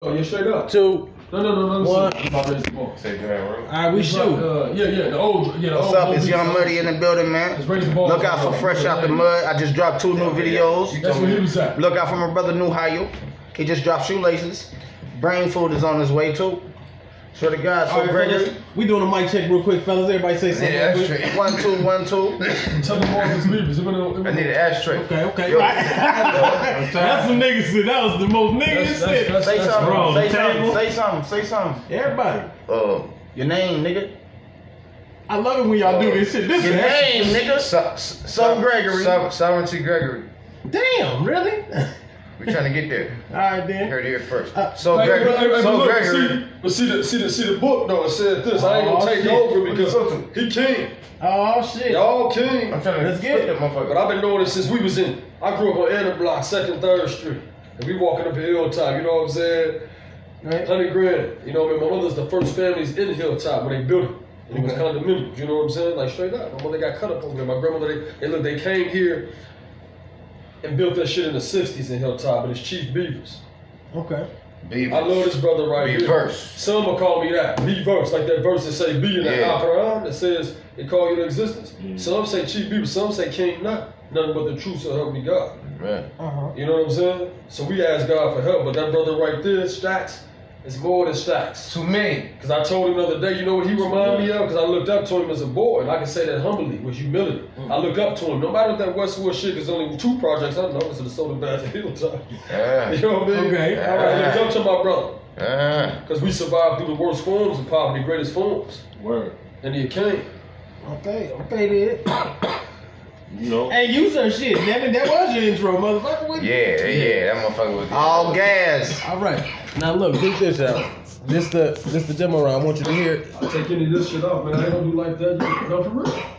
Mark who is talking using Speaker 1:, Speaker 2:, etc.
Speaker 1: Oh, yeah, straight up.
Speaker 2: Two.
Speaker 1: No, no, no, no.
Speaker 2: One.
Speaker 1: Listen. I'm about to raise the ball.
Speaker 3: Say Grant Room.
Speaker 2: All right, we
Speaker 1: It's like,
Speaker 2: shoot.
Speaker 1: Uh, yeah, yeah, the old, yeah, the
Speaker 4: What's
Speaker 1: old.
Speaker 4: up?
Speaker 1: old
Speaker 4: It's
Speaker 1: beats.
Speaker 4: Young Muddy in the building, man.
Speaker 1: Let's raise the ball.
Speaker 4: Look out for Fresh Out the Mud. I just dropped two new videos.
Speaker 1: That's where he was at.
Speaker 4: Look out for my brother New Hayo. He just dropped shoelaces. Brain food is on his way too. Swear to God,
Speaker 2: All
Speaker 4: so
Speaker 2: right,
Speaker 4: great.
Speaker 2: fellas, we doing a mic check real quick, fellas. Everybody say something.
Speaker 3: Yeah,
Speaker 2: real
Speaker 3: that's
Speaker 2: quick.
Speaker 3: true.
Speaker 4: One two one two.
Speaker 1: Tell them all his leaders. It went on- it
Speaker 3: I
Speaker 1: went
Speaker 3: need
Speaker 1: on-
Speaker 3: an ashtray.
Speaker 2: Okay, okay.
Speaker 3: Yo,
Speaker 2: that's some nigga shit. That was the most nigga
Speaker 1: That's- that's-
Speaker 2: shit.
Speaker 1: that's-
Speaker 4: Say
Speaker 1: that's
Speaker 4: something.
Speaker 2: wrong.
Speaker 4: Say
Speaker 2: The table.
Speaker 4: something. Say something. Say something.
Speaker 2: Everybody.
Speaker 3: Uh,
Speaker 4: Your name, nigga.
Speaker 2: I love it when y'all do this shit. This
Speaker 4: Your
Speaker 2: is actually-
Speaker 4: name, nigga.
Speaker 3: so, so,
Speaker 4: Son Gregory.
Speaker 3: So, sovereignty Gregory.
Speaker 2: Damn, really?
Speaker 3: We're trying to get there.
Speaker 2: All right,
Speaker 3: You
Speaker 2: then.
Speaker 3: heard it here first.
Speaker 2: Uh,
Speaker 3: so
Speaker 1: Hey,
Speaker 3: Gregory.
Speaker 1: but- hey, but
Speaker 3: so
Speaker 1: look,
Speaker 3: Gregory.
Speaker 1: See, but see the see the see the book though. It said this. I ain't
Speaker 2: Oh,
Speaker 1: gonna take
Speaker 2: shit.
Speaker 1: over
Speaker 3: What you
Speaker 1: because
Speaker 3: up
Speaker 1: he king.
Speaker 2: Oh, shit.
Speaker 1: Y'all king.
Speaker 3: I'm trying to
Speaker 2: Let's get it.
Speaker 3: that motherfucker.
Speaker 1: But I've been doing it since we was in. I grew up on Edna Block, Second Third Street, and we walking up a hilltop. You know what I'm saying?
Speaker 2: Right.
Speaker 1: Hundred grand. You know what I mean? My mother's the first families in Hilltop when they built it. And it was
Speaker 2: Okay.
Speaker 1: condominiums, you know what I'm saying? Like straight up. My mother got cut up over there. My grandmother, they, they look, they came here and built that shit in the 60s in Hilltop, and it's Chief Beavers.
Speaker 2: Okay.
Speaker 3: Beaver.
Speaker 1: I love this brother right here.
Speaker 3: Beavers.
Speaker 1: Some will call me that. Be verse, like that verse that say be in the
Speaker 3: Yeah. Mm.
Speaker 1: Quran that says they call you to existence. Some say Chief Beaver, some say King Nut. Nothing but the truth shall help me God.
Speaker 3: Man.
Speaker 2: Uh huh.
Speaker 1: You know what I'm saying? So we ask God for help, but that brother right there, Stacks, is more than Stacks.
Speaker 3: Too many.
Speaker 1: Because I told him the other day, you know what he reminded me of? Because I looked up to him as a boy, and I can say that humbly, with humility. I look up to him. No matter that Westwood shit, there's only two projects I know, it's the Soda Bath and Hilltop. You
Speaker 3: Uh,
Speaker 1: know what I mean?
Speaker 2: Okay.
Speaker 1: All right, I looked up to my brother.
Speaker 3: uh,
Speaker 1: Because we survived through the worst forms of poverty, greatest forms.
Speaker 5: Word.
Speaker 1: And he came.
Speaker 2: Okay, okay, then.
Speaker 5: You know,
Speaker 2: Hey, you, sir, shit. Damn it, that was your intro, motherfucker. What-
Speaker 3: yeah, yeah, that motherfucker was.
Speaker 4: All gas.
Speaker 2: All right. Now, look, dig this out. This the this the demo round. I want you to hear it.
Speaker 1: I'll take any of this shit off, man. I ain't gonna do like that. No, for real.